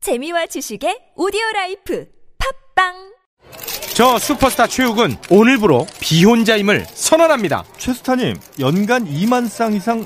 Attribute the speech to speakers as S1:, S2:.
S1: 재미와 지식의 오디오 라이프 팝빵
S2: 저 슈퍼스타 최욱은 오늘부로 비혼자임을 선언합니다.
S3: 최수타님 연간 2만 쌍 이상